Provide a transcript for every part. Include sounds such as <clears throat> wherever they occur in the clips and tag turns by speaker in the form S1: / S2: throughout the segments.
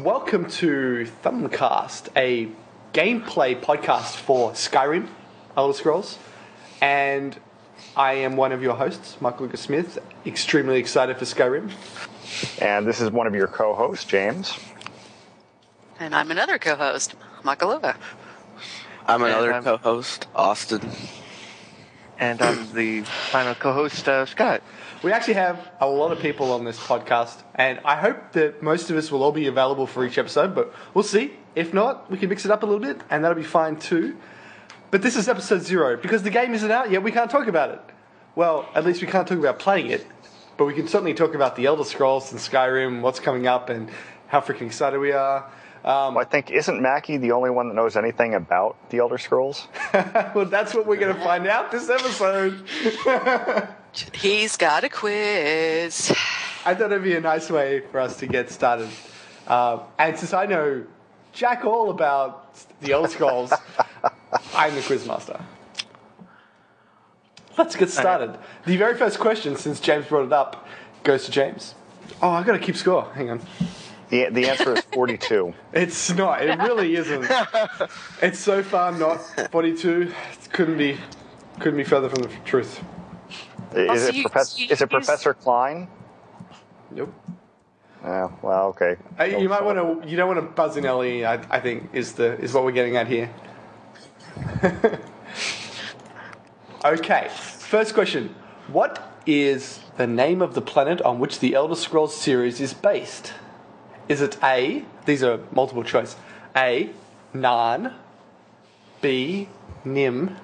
S1: welcome to Thumbcast, a gameplay podcast for Skyrim, Elder Scrolls, and I am one of your hosts, Mark Lucas Smith. Extremely excited for Skyrim.
S2: And this is one of your co hosts, James.
S3: And I'm another co host, Makalova.
S4: I'm
S5: And
S4: another
S5: I'm-
S4: co-host, Austin.
S5: and I'm the final co-host, uh, Scott.
S1: We actually have a lot of people on this podcast, and I hope that most of us will all be available for each episode, but we'll see. If not, we can mix it up a little bit, and that'll be fine too. But this is episode zero. Because the game isn't out yet, we can't talk about it. Well, at least we can't talk about playing it, but we can certainly talk about The Elder Scrolls and Skyrim, what's coming up, and how freaking excited we are. Um,
S2: Well, I think, isn't Mackie the only one that knows anything about the Elder Scrolls?
S1: well, that's what we're going to find out this episode.
S3: He's got a quiz.
S1: I thought it'd be a nice way for us to get started. Uh, and since I know jack all about the Elder Scrolls, I'm the quizmaster. Let's get started. The very first question, since James brought it up, goes to James. Oh, I gotta keep score. Hang on.
S2: The, the answer is
S3: <laughs>
S2: 42.
S1: It's not. It really isn't. It's so far not 42. It couldn't be. Couldn't be further from the truth.
S2: Is
S3: Oh, so
S2: it,
S3: you-
S2: profess-
S3: you
S2: is it
S3: use-
S2: Professor Klein?
S1: Nope.
S2: Oh, well, okay.
S1: Uh, you might want to. You don't want to buzz in Ellie. I, I think is the is what we're getting at here. <laughs> okay. First question: What is the name of the planet on which the Elder Scrolls series is based? Is it A? These are multiple choice. A. Narn. B. Nim.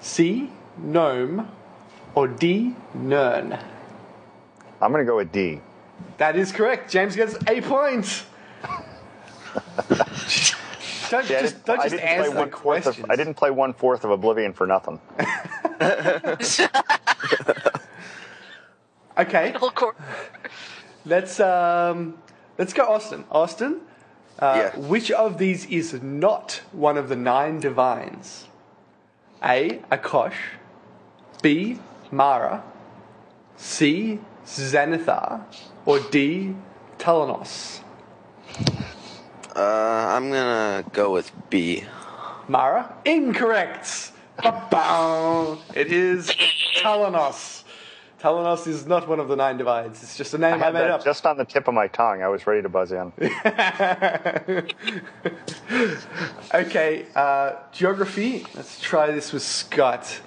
S1: C. Gnome. Or D. Nern.
S2: I'm going to go with D.
S1: That is correct. James gets a
S2: <laughs>
S1: point. don't
S2: Yeah, I
S1: just,
S2: didn't-
S1: don't
S2: I
S1: just
S2: didn't play
S1: answer the
S2: one-fourth
S1: questions.
S2: of- I didn't play one fourth of Oblivion
S1: <laughs>
S2: for nothing.
S1: Okay,
S3: Little cor-
S1: let's um, let's go, Austin. Austin, uh,
S4: Yeah.
S1: which of these is not one of the nine divines? A. Akosh. B. Mara. C. Xanathar. Or D. Telenos.
S4: Uh, I'm gonna go with B.
S1: Mara, incorrect. Ba-bow. it is Talanos. Talanos is not one of the nine divines. It's just a name I,
S2: I
S1: made up.
S2: Just on the tip of my tongue, I was ready to
S1: <laughs>
S2: buzz in.
S1: <laughs> okay, uh, geography. Let's try this with Scott.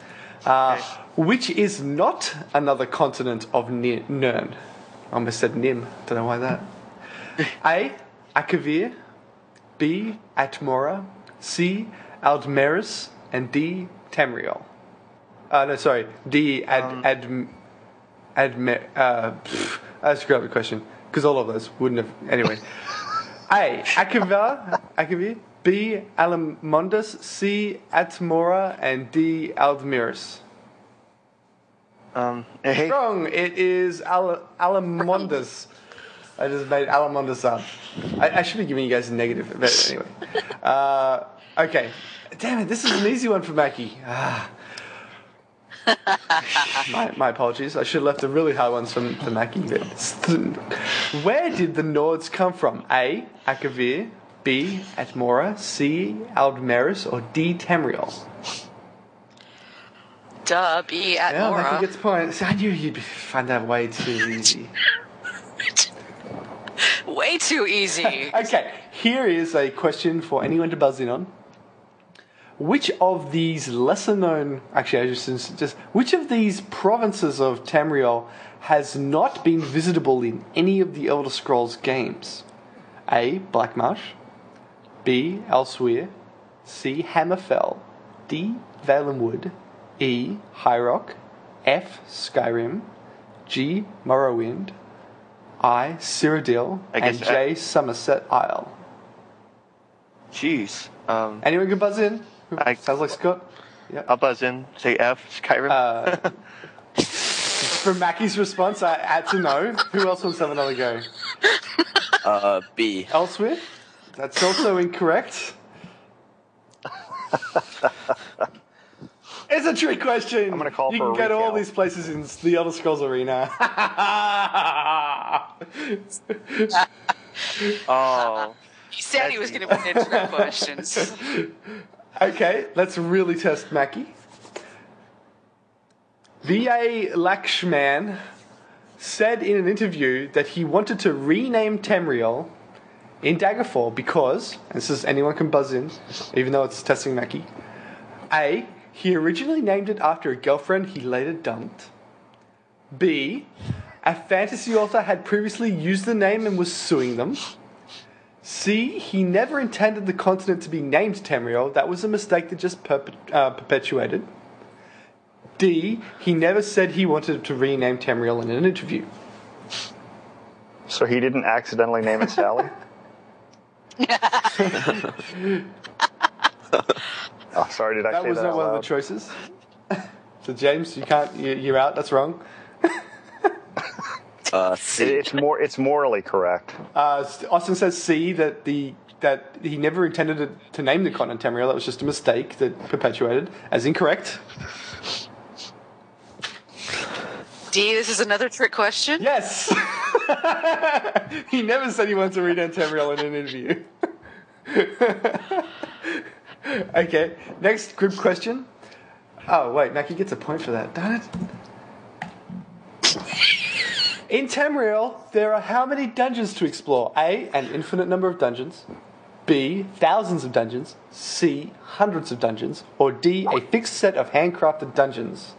S1: Uh, Which is not another continent of Ni- Nern. I almost said Nim. Don't know why that. A. Akavir. B. Atmora. C. Aldmeris. And D. Tamriel. Uh, no, sorry. D. Ad. Adm- Admi- uh, pff, I screwed up the question because all of those wouldn't have. Anyway, A. Akiva, Akivir, B. Alamondus, C. Atmora, and D. Aldmiris.
S5: Um,
S1: Wrong. It is Al- Alamondus. I just made Alamondus up. I, I should be giving you guys a negative, but anyway. Uh, okay. Damn it! This is an easy one for Mackie. Ah. my, my apologies. I should have left the really hard ones from the Mackie. But where did the Nords come from? A. Akavir. B. Atmora. C. Aldmeris. Or D. Tamriel.
S3: Duh, B at
S1: Yeah,
S3: Mora.
S1: Mackie gets points. I knew you'd find that way too easy.
S3: Way too
S1: <laughs>
S3: easy.
S1: Okay, here is a question for anyone to buzz in on. Which of these lesser known, actually, I just, just which of these provinces of Tamriel has not been visitable in any of the Elder Scrolls games? A. Blackmarsh, B. Elsewhere, C. Hammerfell, D. Valenwood, E. High Rock, F. Skyrim, G. Morrowind, I. Cyrodiil,
S5: I
S1: and
S5: guess I-
S1: J. Somerset Isle.
S5: jeez. Um,
S1: Anyone can buzz in?
S5: I-
S1: Sounds like Scott.
S5: I'll buzz in. Say F. Skyrim.
S1: Uh, from Mackie's response, I had to know. Who else wants to have another go?
S4: Uh, B.
S1: Elsewhere? That's also incorrect. <laughs> it's a trick question.
S2: I'm gonna call
S1: You
S2: for
S1: can go
S2: a
S1: to all
S2: recount.
S1: these places in the Elder Scrolls Arena. <laughs>
S5: oh,
S3: He said he was going to put in trick
S1: <laughs>
S3: questions.
S1: Okay, let's really test Mackie. V.A. Lakshman said in an interview that he wanted to rename Tamriel in Daggerfall because, and this is anyone can buzz in, even though it's testing Mackie. A. He originally named it after a girlfriend he later dumped. B. A fantasy author had previously used the name and was suing them. C. He never intended the continent to be named Tamriel. That was a mistake that just perpe- uh, perpetuated. D. He never said he wanted to rename Tamriel in an interview.
S2: So he didn't accidentally name
S1: <laughs>
S2: it Sally? <laughs> oh, sorry, did I
S1: That
S2: say
S1: was
S2: that
S1: not
S2: out
S1: one of
S2: loud?
S1: the choices. <laughs> so James, you can't. You, you're out. That's wrong.
S4: Uh,
S2: It-
S4: C.
S2: it's more. It's morally correct.
S1: Uh, Austin says C that the that he never intended it to name the continent Tamriel. That was just a mistake that perpetuated as incorrect.
S3: D, this is another trick question.
S1: Yes. <laughs> he never said he wanted to read Tamriel in an interview. <laughs> okay, next group question. Oh wait, Naki gets a point for that. Darn it. In Tamriel, there are how many dungeons to explore? A, an infinite number of dungeons. B, thousands of dungeons. C, hundreds of dungeons. Or D, a fixed set of handcrafted dungeons.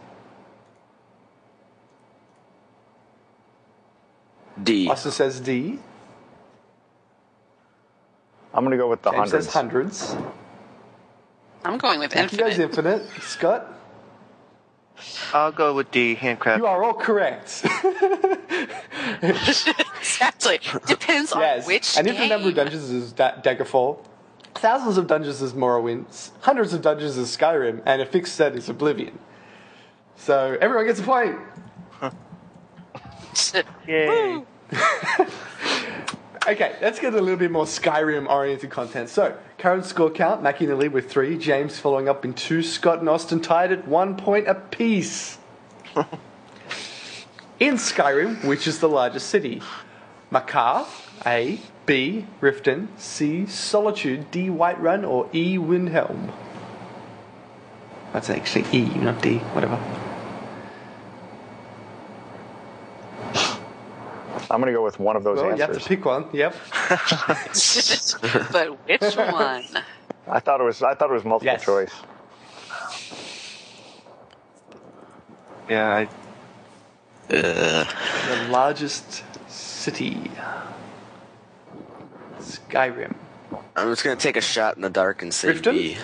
S4: D.
S1: Austin says D.
S2: I'm going to go with the
S1: James
S2: hundreds.
S1: says hundreds.
S3: I'm going with
S1: He goes
S3: infinite.
S1: infinite. Scott,
S5: I'll go with D, handcraft.
S1: you are all correct.
S3: exactly. Depends
S1: yes.
S3: <laughs> on which
S1: An infinite number of
S3: game.
S1: dungeons is da- Daggerfall. Thousands of dungeons is Morrowind. S- Hundreds of dungeons is Skyrim. And a fixed set is Oblivion. So everyone gets a point. <laughs>
S5: Yay.
S1: Okay, let's get a little bit more Skyrim oriented content. So, current score count Mackie in the lead with three, James following up in two, Scott and Austin tied at one point apiece. <laughs> in Skyrim, which is the largest city? Makar, A, B, Riften, C, Solitude, D, Whiterun, or E, Windhelm? That's actually E, not D, whatever.
S2: I'm going to go with one of those
S1: Well, you have to
S2: answers.
S1: pick one, yep.
S3: <laughs> but which one? <clears throat>
S2: I thought it was. I thought it was multiple
S1: Yes.
S2: choice.
S5: Yeah, I,
S1: The largest city. Skyrim.
S4: I'm just gonna take a shot in the dark and say
S1: Riften?
S4: B.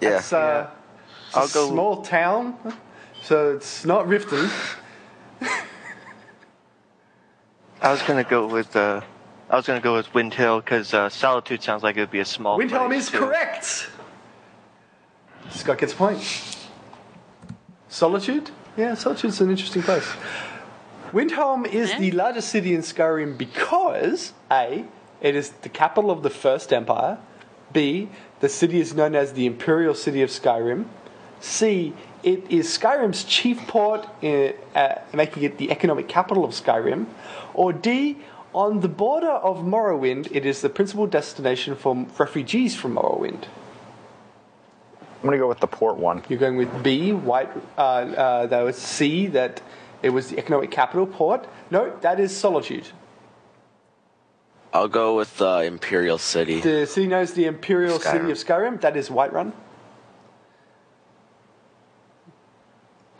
S4: Yeah.
S1: It's, uh, it's
S5: I'll
S1: a
S5: go-
S1: small town, so it's not Riften.
S5: I was gonna go with uh, I was gonna go with Windhill because uh, Solitude sounds like it would be a small.
S1: Windhelm
S5: place,
S1: is
S5: too.
S1: correct! Scott gets a point. Solitude? Yeah, Solitude's an interesting place. Windhelm is the largest city in Skyrim because A, it is the capital of the First Empire. B, the city is known as the Imperial City of Skyrim. C, it is Skyrim's chief port, eh, uh, making it the economic capital of Skyrim. Or D, on the border of Morrowind, it is the principal destination for refugees from Morrowind.
S2: I'm going to go with the port one.
S1: You're going with B, white. Uh, uh, that was C, that it was the economic capital port. No, that is Solitude.
S4: I'll go with uh, Imperial City.
S1: The city known as the Imperial City
S4: Skyrim.
S1: of Skyrim. That is Whiterun.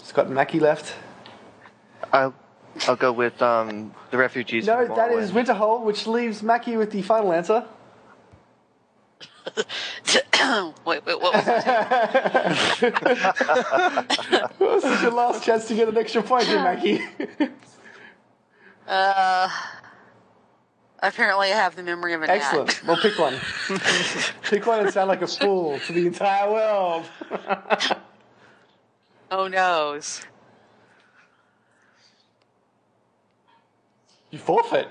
S1: Scott and Mackey left.
S5: I'll I'll go with um, the refugees.
S1: No,
S5: from
S1: that
S5: Morrowind.
S1: is Winterhold, which leaves Mackey with the final answer.
S3: wait, wait, what was it?
S1: This is your last chance to get an extra point here, Mackey.
S3: Apparently, I have the memory of an
S1: Excellent.
S3: act.
S1: Well, pick one. pick one and sound like a fool to the entire world.
S3: <laughs> Oh noes.
S1: You forfeit.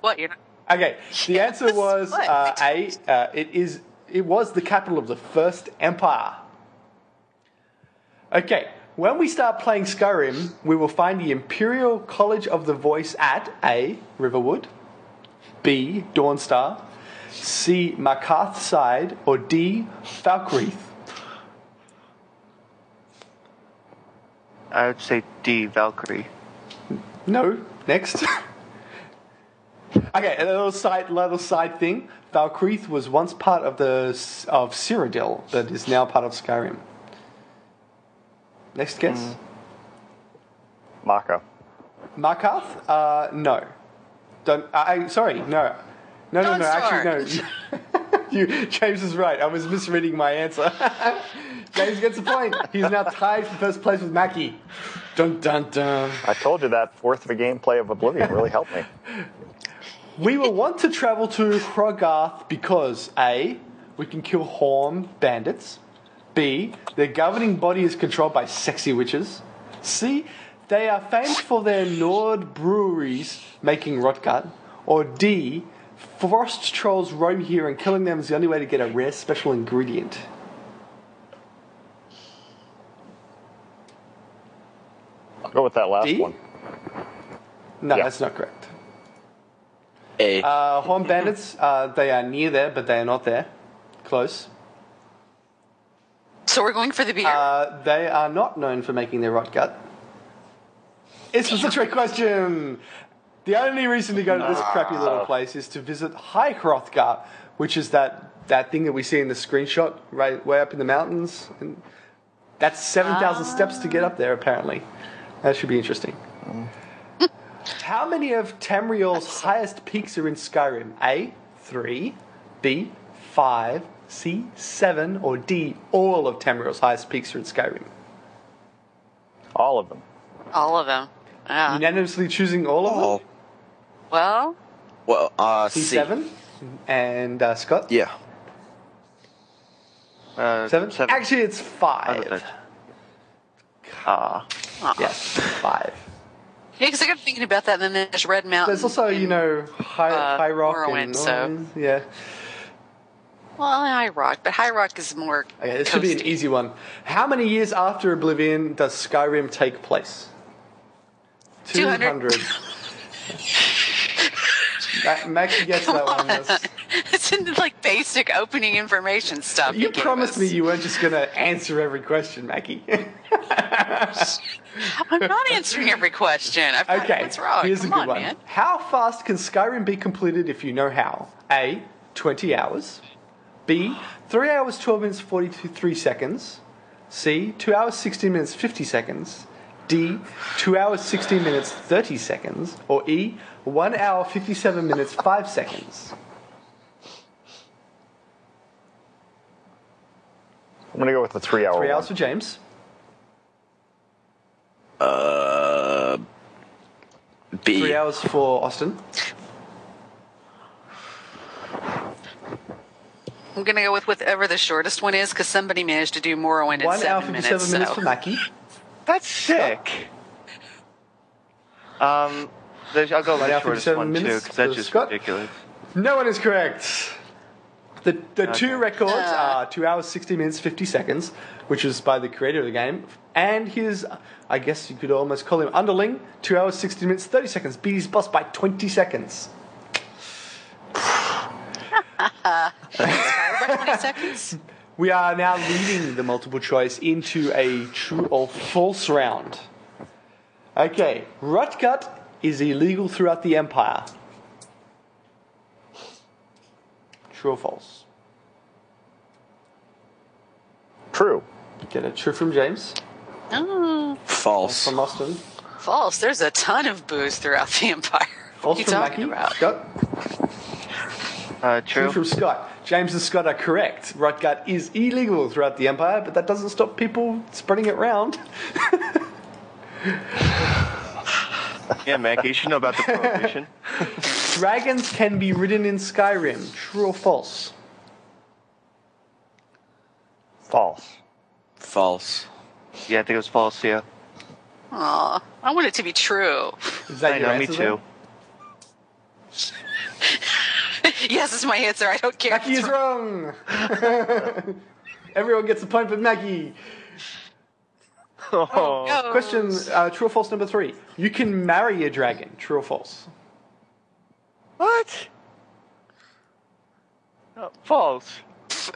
S3: What you're not?
S1: Okay, the answer
S3: Yes,
S1: was
S3: what?
S1: uh, A. Uh, it is. It was the capital of the first empire. Okay, when we start playing Skyrim, we will find the Imperial College of the Voice at A. Riverwood, B. Dawnstar, C. Macarth Side, or D. Falkreath?
S5: I would say D, Valkyrie.
S1: No. Next. <laughs> okay, and a little side, little side thing. Valkreath was once part of the of Cyrodiil, but is now part of Skyrim. Next guess.
S2: Mako.
S1: Mm. Markarth? Uh, no. Don't. I, I- sorry. No. No. No. No. Actually, no. <laughs> you, James is right. I was misreading my answer. <laughs> James gets a point. He's now tied for first place with Mackie. Dun dun dun.
S2: I told you that fourth of a gameplay
S1: <laughs>
S2: of Oblivion really helped me.
S1: We will want to travel to Krogarth because A, we can kill Horn bandits. B, their governing body is controlled by sexy witches. C, they are famed for their Nord breweries making Rotgut. Or D, frost trolls roam here and killing them is the only way to get a rare special ingredient.
S2: I'll go with that last
S1: D?
S2: one.
S1: No,
S2: Yeah.
S1: that's not correct.
S4: A.
S1: Uh, Horn bandits, uh, they are near there, but they are not there. Close.
S3: So we're going for the beer.
S1: Uh, they are not known for making their rot gut. This was a trick question. The only reason to go to this crappy little place is to visit High Hrothgar, which is that, that thing that we see in the screenshot right way up in the mountains. And that's 7,000 steps to get up there, apparently. That should be interesting. How many of Tamriel's highest peaks are in Skyrim? A, 3, B, 5, C, 7, or D, all of Tamriel's highest peaks are in Skyrim?
S2: All of them.
S3: All of them. Yeah.
S1: Unanimously choosing all of them?
S4: Oh.
S3: Well,
S4: Well, uh, C.
S1: C7 and uh, Scott?
S4: Yeah.
S5: Uh,
S1: Seven? Actually, it's
S5: I would
S1: five.
S5: say- Ah.
S1: Yes, five.
S3: yeah, because I kept thinking about that, and then there's Red Mountain.
S1: There's also, you
S3: and-
S1: know, High,
S3: uh,
S1: high Rock and
S3: Morrowind, so-
S1: yeah.
S3: Well, High Rock, but High Rock is more.
S1: Okay, this should be an
S3: coasty. <laughs>
S1: easy one. How many years after Oblivion does Skyrim take place?
S3: 200.
S1: Ma- Max guessed that one. That's-
S3: it's in the, like basic opening information stuff.
S1: You
S3: gave
S1: promised
S3: us.
S1: me you weren't just going to answer every question, Mackie. <laughs>
S3: I'm not answering every question. I've got,
S1: Okay.
S3: What's wrong?
S1: Here's
S3: Come
S1: a good
S3: on,
S1: one.
S3: man.
S1: How fast can Skyrim be completed if you know how? A. 20 hours. B. 3 hours, 12 minutes, 43 seconds. C. 2 hours, 16 minutes, 50 seconds. D. 2 hours, 16 minutes, 30 seconds. Or E. 1 hour, 57 minutes, 5 seconds.
S2: I'm gonna go with the three-hour
S1: 3
S2: one.
S1: hours for James.
S4: Uh, B.
S1: 3 hours for Austin.
S3: I'm gonna go with whatever the shortest one is because somebody managed to do Morrowind in
S1: 1 hour, 57
S3: seven minutes.
S1: minutes,
S3: so.
S1: for Mackie.
S5: That's sick. Um, there's- I'll go with
S1: Right
S5: the
S1: after
S5: shortest
S1: seven
S5: one too,
S1: minutes,
S5: because
S1: so
S5: that's just
S1: Scott?
S5: ridiculous.
S1: No one is correct. The, the
S5: Okay.
S1: two records are 2 hours, 60 minutes, 50 seconds, which was by the creator of the game, and his, I guess you could almost call him underling, 2 hours, 60 minutes, 30 seconds, beat his boss by 20 seconds.
S3: Sorry, about 20
S1: <laughs>
S3: seconds.
S1: We are now leading the multiple choice into a true or false round. Okay, Rotgut is illegal throughout the Empire. True or false?
S2: True.
S1: Get a true from James,
S3: Oh,
S4: False.
S1: from Austin.
S3: false. There's a ton of booze throughout the empire. What are
S1: False
S3: you
S1: from Mackie.
S3: talking about?
S1: Scott?
S5: Uh,
S1: Two <laughs>
S5: true.
S1: from Scott. James and Scott are correct. Rotgut is illegal throughout the Empire, but that doesn't stop people spreading it round.
S5: Yeah, Mac, you should
S1: <laughs>
S5: know about the prohibition.
S1: Dragons can be ridden in Skyrim. True or false?
S2: False.
S4: False.
S5: Yeah, I think it was false. Yeah,
S3: Aw, I want it to be true.
S1: Is that
S5: I
S1: your
S5: know. Me
S1: answer?
S5: too.
S3: yes, it's my answer. I don't care.
S1: Mackie is wrong. <laughs> Everyone gets a point, but Maggie.
S5: Oh,
S3: Go.
S1: Question: uh, True or false? Number three. You can marry a dragon. True or false?
S5: what? Uh, false. <laughs>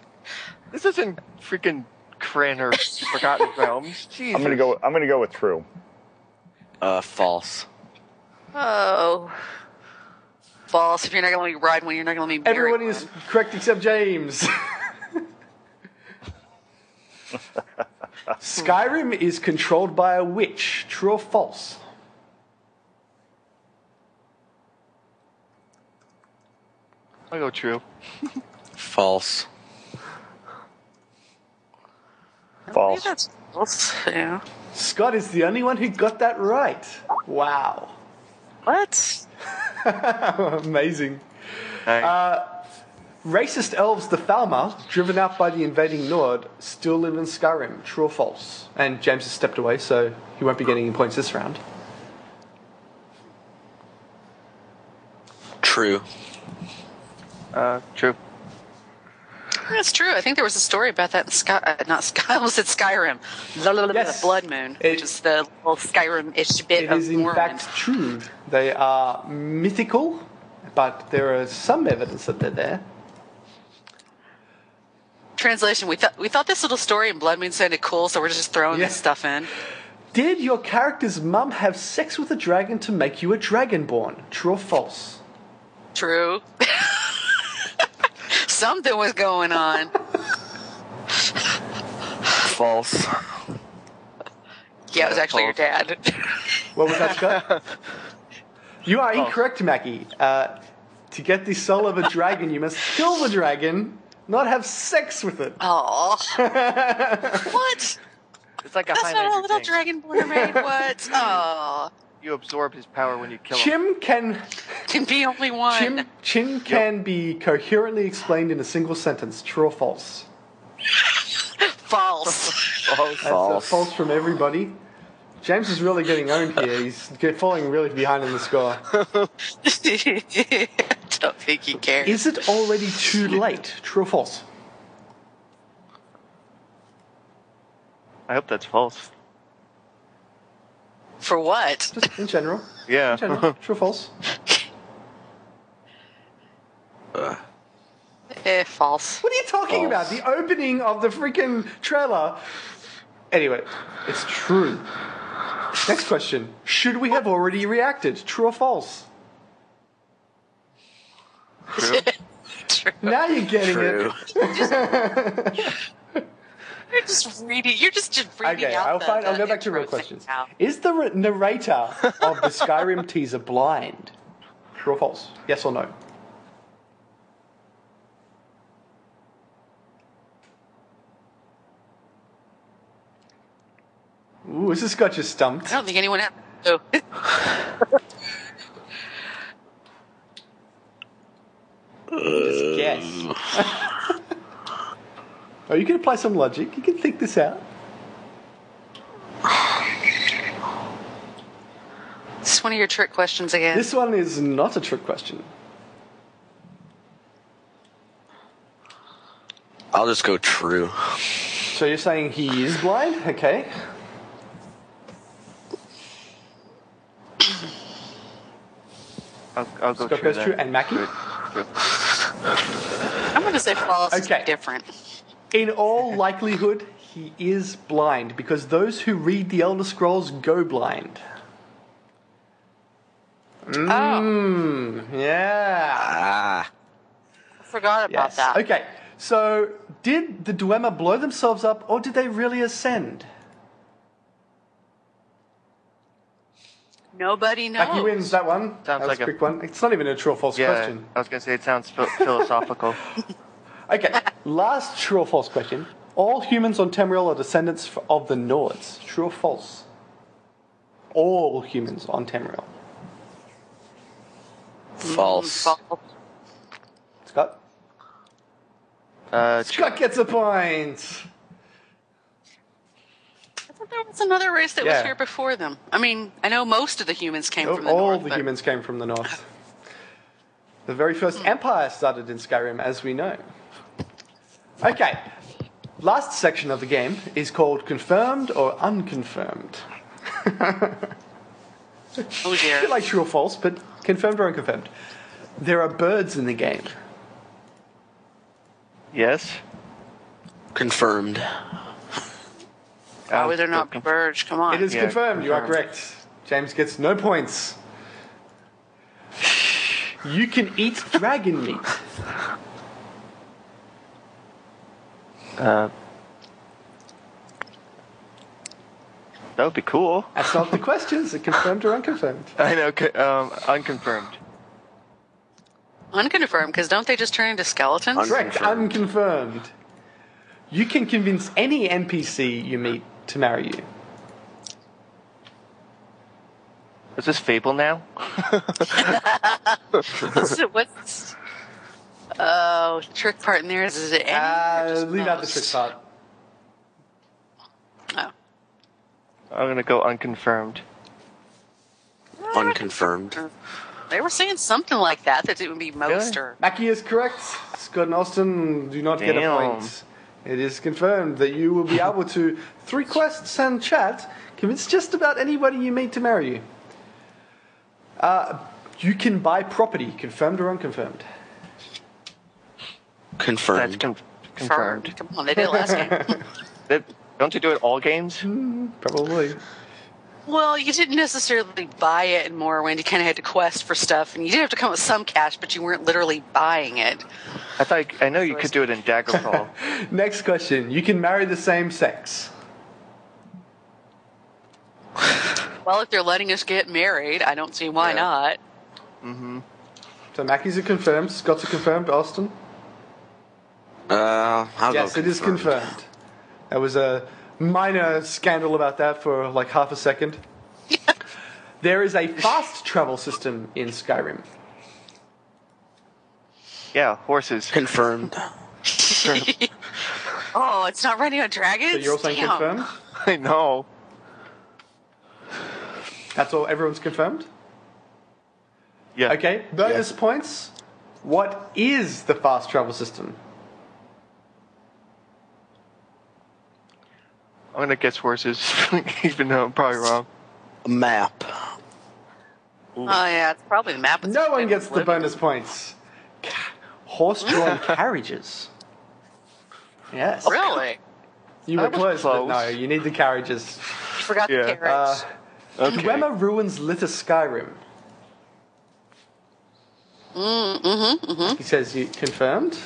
S5: This isn't freaking Cran <laughs> or Forgotten Realms. Jesus.
S2: I'm gonna go. I'm gonna go with true.
S4: Uh, false.
S3: Oh. False. If you're not going to let me ride one, you're not going to let me marry
S1: Everyone is
S3: one.
S1: correct except James. Skyrim is controlled by a witch. True or false?
S5: I'll go true.
S4: False.
S2: False.
S3: That's false. Yeah.
S1: Scott is the only one who got that right. Wow.
S3: What?
S1: <laughs> Amazing. Uh,
S5: Alright.
S1: Racist elves, the Falmer, driven out by the invading Nord, still live in Skyrim. True or false? And James has stepped away, so he won't be getting any points this round.
S4: True.
S5: uh, true.
S3: That's true. I think there was a story about that in Sky, uh, not Sky, <laughs> I almost said Skyrim. La- la- la-
S1: Yes.
S3: Blood Moon,
S1: It-
S3: which is the little Skyrim-ish bit
S1: It
S3: of
S1: is in
S3: Morrowind.
S1: fact true. They are mythical, but there is some evidence that they're there.
S3: Translation: We thought we thought this little story in Blood Moon sounded cool, so we're just throwing
S1: Yeah.
S3: this stuff in.
S1: Did your character's mum have sex with a dragon to make you a dragonborn? True or false?
S3: True. <laughs> Something was going on.
S4: False.
S3: Yeah, it was actually your dad. <laughs>
S1: What was that, Scott? you are incorrect, Mackie. Uh, to get the soul of a dragon, you must kill the dragon, not have sex with it.
S3: Oh,
S1: <laughs>
S3: what?
S5: It's like a
S3: That's not a
S5: Highlander
S3: little
S5: thing.
S3: dragonborn maid. <laughs> What? Oh,
S5: You absorb his power when you kill
S1: Chim
S5: him.
S1: can
S3: can be only one.
S1: Chim Chin can be coherently explained in a single sentence. True or false?
S3: False.
S1: That's a
S4: False.
S1: false from everybody. James is really getting owned <laughs> here. He's get- falling really behind in the score.
S3: I <laughs> don't think he cares.
S1: Is it already too late? True or false?
S5: I hope that's false.
S3: For what?
S1: Just in general.
S5: Yeah.
S1: In <laughs> general. True or false?
S4: Uh,
S3: Eh, false.
S1: What are you talking about?
S4: False.
S1: The opening of the freaking trailer. Anyway, it's true. Next question. Should we have already reacted? True or false?
S5: true.
S3: True.
S1: <laughs> Now you're getting
S4: true.
S1: it.
S3: You're just reading. You're just, just reading
S1: Okay,
S3: out.
S1: I'll
S3: the-
S1: find. I'll
S3: the
S1: go back to
S3: intro
S1: real
S3: thing
S1: questions.
S3: now.
S1: Is the r- narrator of the Skyrim <laughs> teaser blind? True or false? Yes or no? Ooh, this has got you stumped.
S3: I don't think anyone had. Oh.
S1: Just guess. <laughs> oh, you can apply some logic. You can think this out.
S3: This is one of your trick questions again.
S1: This one is not a trick question.
S4: I'll just go true.
S1: So you're saying he is blind? Okay.
S5: I'll, I'll go
S1: Scott
S5: true.
S1: goes
S5: Then.
S1: true. And Mackie?
S3: I'm going to say false. It's
S1: Okay.
S3: different.
S1: In all likelihood, he is blind because those who read the Elder Scrolls go blind.
S3: Oh,
S1: Hmm, yeah.
S4: Ah.
S3: I forgot about
S1: Yes.
S3: that.
S1: Okay, so did the Dwemer blow themselves up or did they really ascend?
S3: Nobody
S1: Mackie
S3: knows.
S1: wins that one. that was
S5: like
S1: a
S5: a-
S1: quick one. It's not even a true or false
S5: yeah,
S1: question.
S5: I was gonna say it sounds phil- <laughs> philosophical.
S1: Okay, last true or false question. All humans on Tamriel are descendants f- of the Nords. True or false? All humans on Tamriel.
S4: False.
S3: False.
S1: Scott?
S5: Uh,
S1: Scott gets a point!
S3: I thought there was another race that
S1: Yeah.
S3: was here before them. I mean, I know most of the humans came
S1: Oh,
S3: from the
S1: all
S3: north.
S1: the
S3: but-
S1: humans came from the
S3: <laughs>
S1: north. The very first empire started in Skyrim, as we know. Okay, last section of the game is called confirmed or unconfirmed.
S3: Oh
S1: A
S3: dear.
S1: bit like true or false, but confirmed or unconfirmed. There are birds in the game.
S5: Yes.
S4: Confirmed.
S3: Why would there
S5: Uh,
S3: not be Burge? Come on.
S1: It is
S5: Yeah,
S1: confirmed. You are
S5: confirmed.
S1: correct. James gets no points. You can eat dragon meat.
S5: Uh, that would be cool.
S1: That's not the questions. They're confirmed or unconfirmed.
S5: I know. co- Um, unconfirmed.
S3: Unconfirmed, because don't they just turn into skeletons?
S4: Un-
S1: Correct. Unconfirmed. You can convince any NPC you meet to marry you.
S5: Is this Fable now?
S3: <laughs> What's, the- what's oh trick part in there? Is, is it any? or
S1: Uh,
S3: just
S1: leave out the
S3: most?
S1: trick part.
S3: Oh.
S5: I'm gonna go unconfirmed.
S4: Unconfirmed.
S3: They were saying something like that that it would be most
S5: Really?
S3: or
S1: Mackie is correct. Scott and Austin do not get a
S5: Damn.
S1: point. It is confirmed that you will be able to, through quests and chat, convince just about anybody you meet to marry you. Uh, you can buy property, confirmed or unconfirmed.
S5: That's
S4: Confirmed.
S5: con-
S3: firm.
S5: confirmed.
S3: Come on, they did it last
S1: <laughs>
S3: game.
S5: That, don't you do it all games?
S1: Probably.
S3: well, you didn't necessarily buy it in Morrowind. You kind of had to quest for stuff, and you did have to come up with some cash, but you weren't literally buying it.
S5: I thought I know you could do it in <laughs> Daggerfall.
S1: Next question. You can marry the same sex.
S3: Well, if they're letting us get married, I don't see why
S5: Yeah.
S3: not.
S1: So Mackie's are confirmed, Scott's are confirmed, Austin?
S4: Uh, I'll
S1: yes,
S4: go
S1: it is confirmed. There was a minor scandal about that for like half a second. there is a fast travel system in Skyrim.
S5: yeah, horses. <laughs>
S4: Confirmed.
S3: Oh, it's not running on dragons.
S1: So you're all saying
S3: Damn.
S1: confirmed?
S5: I know.
S1: That's all everyone's confirmed?
S5: Yeah.
S1: Okay, bonus points. What is the fast travel system?
S5: I'm gonna guess horses, <laughs> even though I'm probably wrong.
S4: Map.
S3: Oh yeah, it's probably the map.
S1: No one gets the bonus points. Ca- Horse-drawn carriages. Yes.
S3: Really?
S1: You were
S5: That was
S1: close, but
S5: close.
S1: no, you need the carriages.
S3: You forgot
S5: Yeah,
S3: the carriage.
S1: Uh,
S5: Okay.
S1: Dwemer ruins Little Skyrim. Mm, mm-hmm, He says, "You confirmed."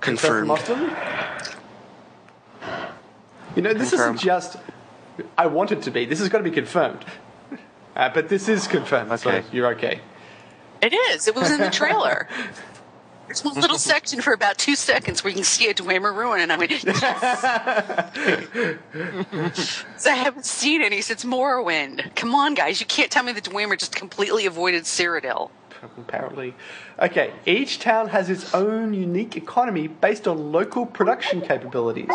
S1: Confirmed.
S4: Confirmed.
S1: Austin? You know, this
S5: Confirmed.
S1: isn't just. I want it to be. This has got to be confirmed. Uh, but this is confirmed, so
S5: Okay.
S1: you're okay.
S3: It is. It was in the trailer. There's one little section for about two seconds where you can see a Dwemer ruin, and I went, yes. so I haven't seen any since Morrowind. Come on, guys. You can't tell me the Dwemer just completely avoided Cyrodiil.
S1: Apparently. Okay, each town has its own unique economy based on local production capabilities.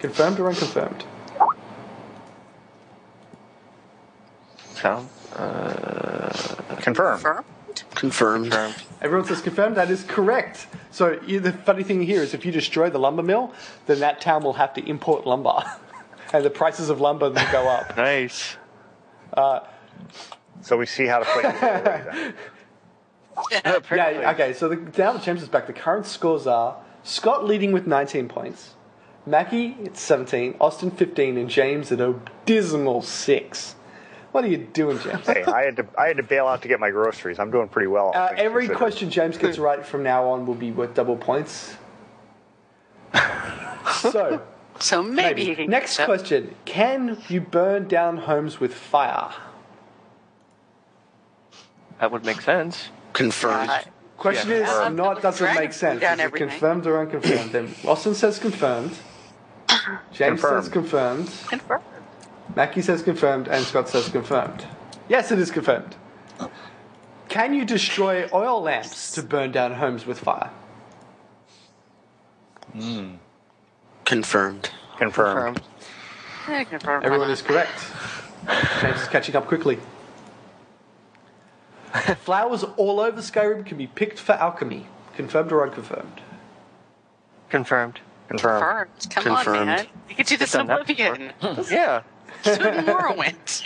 S1: Confirmed or unconfirmed?
S5: Sound.
S2: Confirm.
S3: Confirmed?
S4: Confirmed.
S5: Confirmed.
S1: Everyone says confirmed. That is correct. So you- the funny thing here is, if you destroy the lumber mill, then that town will have to import lumber, <laughs> and the prices of lumber will go
S5: <laughs>
S1: up.
S5: Nice.
S2: So we see how to play. these already
S1: <laughs>
S2: then.
S1: yeah. Okay. So the, now that James is back, the current scores are Scott leading with 19 points, Mackie at 17, Austin 15, and James at a dismal six. What are you doing,
S2: <laughs>
S1: James?
S2: hey, I had to I had to bail out to get my groceries. I'm doing pretty well. all
S1: Uh,
S2: things
S1: every
S2: considered.
S1: question James gets right from now on will be worth double points. so.
S3: So maybe. he
S1: Maybe.
S3: can
S1: Next
S3: catch up.
S1: question. Can you burn down homes with fire?
S5: That would make sense.
S4: Confirmed.
S3: Uh,
S1: Question
S5: Yeah.
S1: is
S3: Uh,
S1: not doesn't
S3: drag-
S1: make sense.
S3: down
S1: Is it
S3: everything.
S1: confirmed or unconfirmed? then Austin says
S3: <coughs>
S1: confirmed. James says confirmed.
S3: confirmed.
S1: Mackie says confirmed, and Scott says confirmed. Yes, it is confirmed. Can you destroy oil lamps to burn down homes with fire?
S4: Confirmed.
S2: confirmed.
S5: Confirmed.
S3: Eh, confirmed.
S1: Everyone is correct. James is catching up quickly. Flowers all over Skyrim can be picked for alchemy. Confirmed or unconfirmed?
S5: Confirmed.
S2: confirmed.
S3: Confirmed. Come on,
S4: Confirmed.
S3: man. You could do this in
S5: Done that before.
S3: Oblivion.
S5: Yeah.
S3: It's in Morrowind.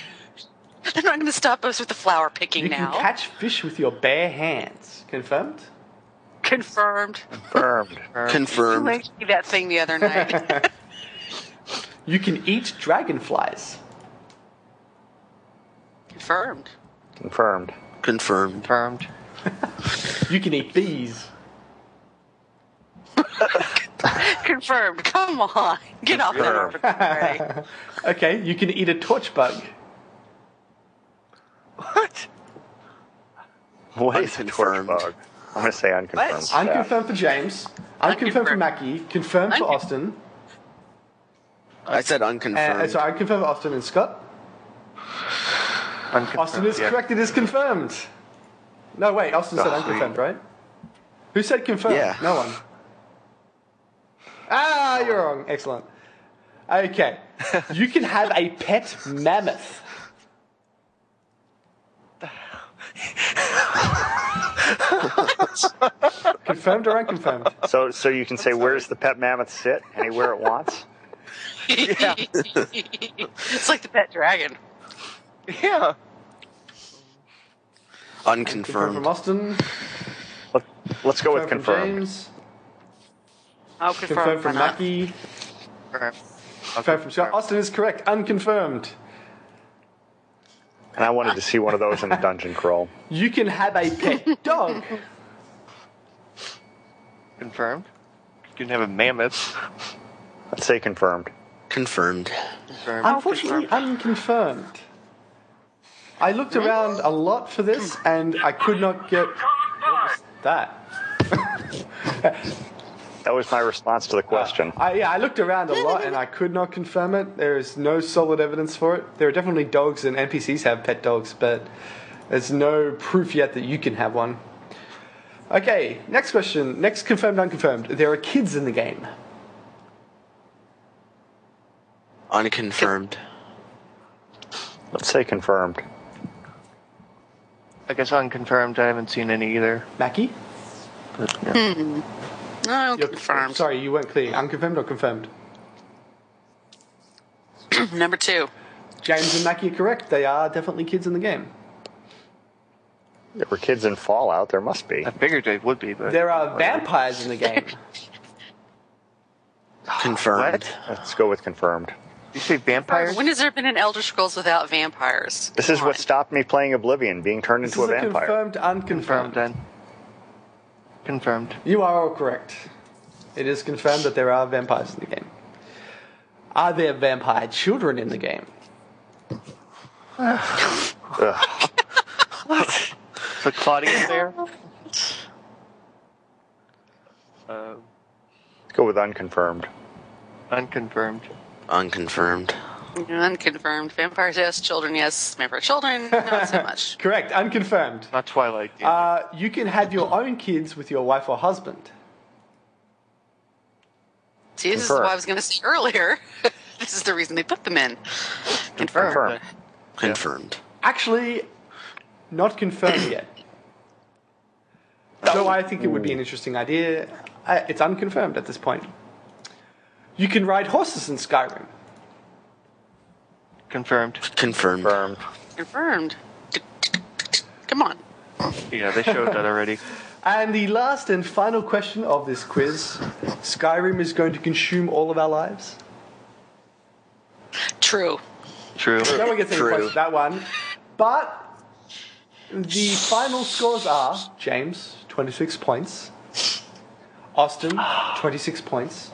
S3: They're not going to stop us with the flower picking
S1: You
S3: now.
S1: can catch fish with your bare hands. Confirmed?
S3: Confirmed.
S2: Confirmed.
S3: You
S4: Confirmed.
S3: made me that thing the
S2: <laughs>
S3: other night.
S1: You can eat dragonflies.
S3: Confirmed.
S2: Confirmed.
S4: Confirmed.
S5: Confirmed.
S1: You can eat these.
S3: Confirmed. Come on. Get off that
S2: Confirmed.
S3: orbital
S1: <laughs>
S3: already.
S1: Okay, you can eat a torch bug.
S5: What?
S2: What is a torch
S4: Unconfirmed.
S2: bug? I'm going to say unconfirmed.
S3: What?
S1: Unconfirmed for James. Unconfirmed for Mackie. Confirmed for
S3: Uncon-
S1: Austin.
S4: I said unconfirmed.
S1: Uh, sorry, unconfirmed for Austin and Scott.
S5: Unconfirmed.
S1: Austin is
S5: yeah.
S1: correct. It is confirmed. No, wait. Austin said
S2: Oh,
S1: unconfirmed, right? Who said confirmed?
S4: Yeah.
S1: No one. Ah, you're wrong. Excellent. Okay. you can have a pet mammoth. confirmed or unconfirmed?
S2: So, so you can say where's the pet mammoth sit anywhere it wants.
S3: it's like the pet dragon.
S5: <laughs> Yeah.
S1: Confirmed
S4: unconfirmed.
S1: from Austin.
S2: Let, let's go with
S1: confirmed From
S2: confirmed.
S1: James.
S3: Oh,
S1: Confirmed
S3: confirmed.
S1: from
S3: why not?
S1: Mackie.
S5: Confirmed.
S1: Confirmed from Scott. Austin is correct. Unconfirmed.
S2: And I wanted to see one of those in the dungeon crawl.
S1: You can have a pet dog.
S5: Confirmed. You can have a mammoth.
S2: Let's say confirmed.
S4: Confirmed.
S5: Confirmed.
S1: Unfortunately, unconfirmed. I looked around a lot for this and I could not get that.
S2: That was my response to the question.
S1: Uh, I, yeah, I looked around a lot and I could not confirm it. There is no solid evidence for it. There are definitely dogs and NPCs have pet dogs, but there's no proof yet that you can have one. Okay, next question. Next confirmed, unconfirmed. There are kids in the game.
S4: Unconfirmed.
S2: Let's say confirmed.
S5: I guess unconfirmed. I haven't seen any either.
S1: Mackie?
S5: But, yeah.
S3: No,
S1: You're-
S3: confirmed.
S1: Sorry, you weren't clear. Unconfirmed or confirmed?
S3: Number two.
S1: James and Mackie are correct. They are definitely kids in the game.
S2: There were kids in Fallout. There must be.
S5: I figured they would be, but
S1: There are vampires in the <laughs> game.
S4: Confirmed.
S2: Let's go with confirmed.
S5: you say vampires?
S3: When has there been an Elder Scrolls without vampires?
S2: This is
S3: Come
S2: what
S3: on.
S2: stopped me playing Oblivion, being turned
S1: This
S2: into
S1: is
S2: a vampire.
S1: confirmed, unconfirmed.
S5: Confirmed then. Confirmed.
S1: You are all correct. It is confirmed that there are vampires in the game. Are there vampire children in the game?
S2: Ugh.
S5: So Claudia's there. Uh,
S2: Let's go with unconfirmed.
S5: unconfirmed.
S4: Unconfirmed.
S3: Unconfirmed. Vampires, yes. Children, yes. Vampire children, not so much.
S1: Correct, unconfirmed.
S5: Not Twilight. yeah.
S1: Uh, you can have your own kids with your wife or husband.
S3: See, this is
S2: Confirmed.
S3: what I was going to say earlier. <laughs> this is the reason they put them in. Confirmed.
S2: Confirmed.
S4: Confirmed.
S1: Actually, not confirmed yet. Though I think it would be an interesting idea. I, it's unconfirmed at this point. You can ride horses in Skyrim.
S5: Confirmed.
S4: Confirmed.
S2: Confirmed.
S3: Confirmed. Come on.
S5: Yeah, they showed that already.
S1: And the last and final question of this quiz Skyrim is going to consume all of our lives?
S3: True.
S5: True.
S1: No one gets any
S4: True.
S1: points for that one. But the final scores are James, 26 points, Austin, 26 points,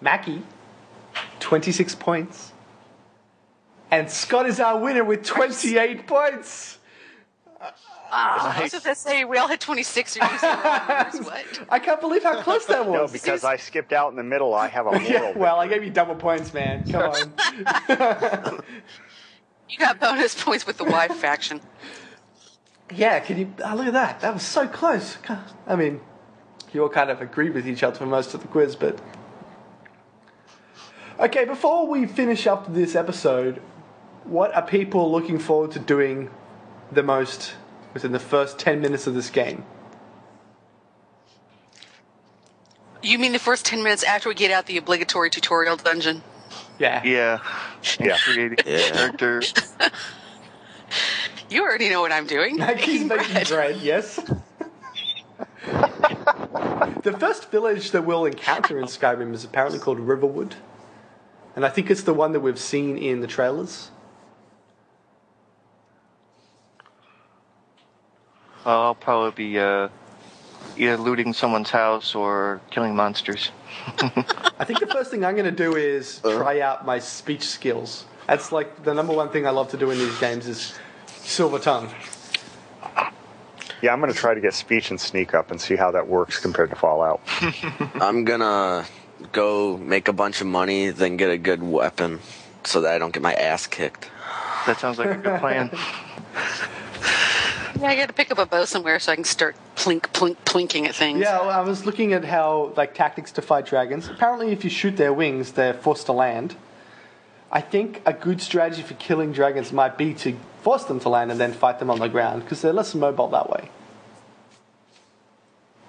S1: Mackie, 26 points, and Scott is our winner with 28 points.
S3: I was going to say, we all had 26 or What?
S1: I can't believe how close that was.
S2: <laughs> No, because I skipped out in the middle. I have a moral.
S1: <laughs> Yeah, well, I gave you double points, man.
S2: <laughs>
S1: Come on.
S3: You got bonus points with the Y faction.
S1: Yeah, can you oh, look at that? That was so close. Ca- I mean, you all kind of agreed with each other for most of the quiz, but okay. Before we finish up this episode, what are people looking forward to doing the most within the first ten minutes of this game?
S3: You mean the first 10 minutes after we get out the obligatory tutorial dungeon?
S1: Yeah,
S5: Yeah.
S2: Yeah.
S5: Creating
S4: Yeah.
S5: character.
S3: You already know what I'm doing. <laughs>
S1: Maggie's making bread. Yes. the first village that we'll encounter in Skyrim is apparently called Riverwood, and I think it's the one that we've seen in the trailers.
S5: Uh, I'll probably be uh, either looting someone's house or killing monsters.
S1: I think the first thing I'm going to do is try out my speech skills. That's like the number one thing I love to do in these games is silver tongue.
S2: Yeah, I'm going to try to get speech and sneak up and see how that works compared to Fallout.
S4: I'm gonna go make a bunch of money, then get a good weapon, so that I don't get my ass kicked.
S5: That sounds like a good plan.
S3: Yeah, I got to pick up a bow somewhere so I can start plink, plink, plinking at things.
S1: Yeah, well, I was looking at how like tactics to fight dragons. Apparently, if you shoot their wings, they're forced to land. I think a good strategy for killing dragons might be to force them to land and then fight them on the ground because they're less mobile that way.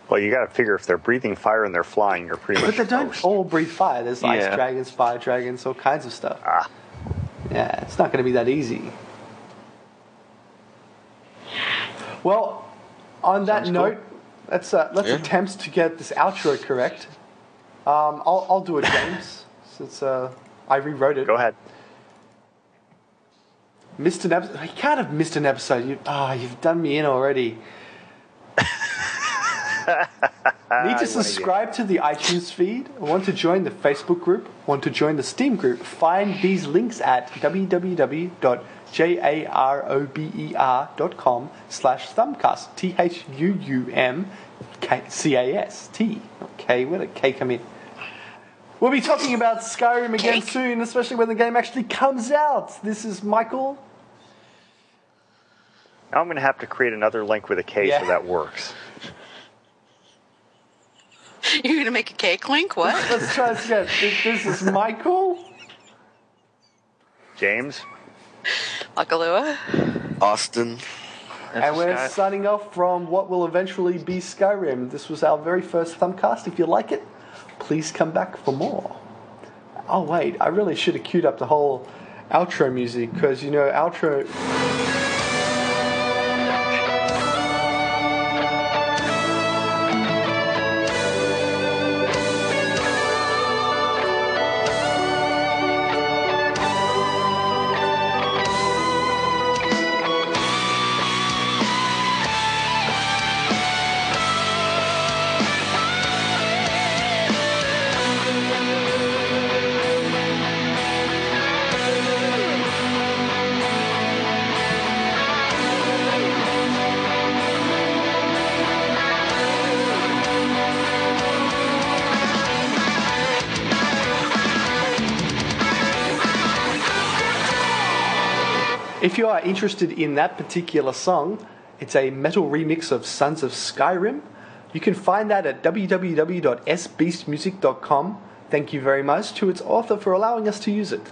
S2: Well, you got to figure if they're breathing fire and they're flying, you're pretty much.
S1: But they don't
S2: toast.
S1: all breathe fire. There's ice
S5: Yeah.
S1: dragons, fire dragons, all kinds of stuff.
S2: Ah.
S1: Yeah, it's not going to be that easy. Well, on that
S5: Sounds cool.
S1: note, let's uh, let's
S4: Yeah.
S1: attempt to get this outro correct. Um, I'll I'll do it, James, <laughs> since uh, I rewrote it.
S2: Go ahead.
S1: Missed an episode. I can't have missed an episode. You ah, you've done me in already. Need
S2: wanna
S1: to subscribe to the iTunes feed. Want to join the Facebook group? Want to join the Steam group? Find these links at www.jarober.com slash thumbcast. T H U U M K C A S T. Okay, where did K come in? We'll be talking about Skyrim again
S3: Cake.
S1: soon, especially when the game actually comes out. This is Michael.
S2: Now I'm going to have to create another link with a K
S1: Yeah.
S2: so that works.
S3: You're going to make a cake link?
S1: <laughs>
S3: What?
S1: Let's try this again. This- This is Michael.
S2: James,
S3: Akaloa?
S4: Austin,
S1: And we're
S5: Scott.
S1: signing off from what will eventually be Skyrim. This was our very first Thumbcast. If you like it, please come back for more. Oh, wait, I really should have queued up the whole outro music because, you know, outro. If you are interested in that particular song, it's a metal remix of Sons of Skyrim. You can find that at www.sbeastmusic.com. Thank you very much to its author for allowing us to use it. <laughs>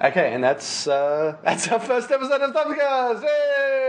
S1: Okay, and that's uh, that's our first episode of Thumbcast. Yay!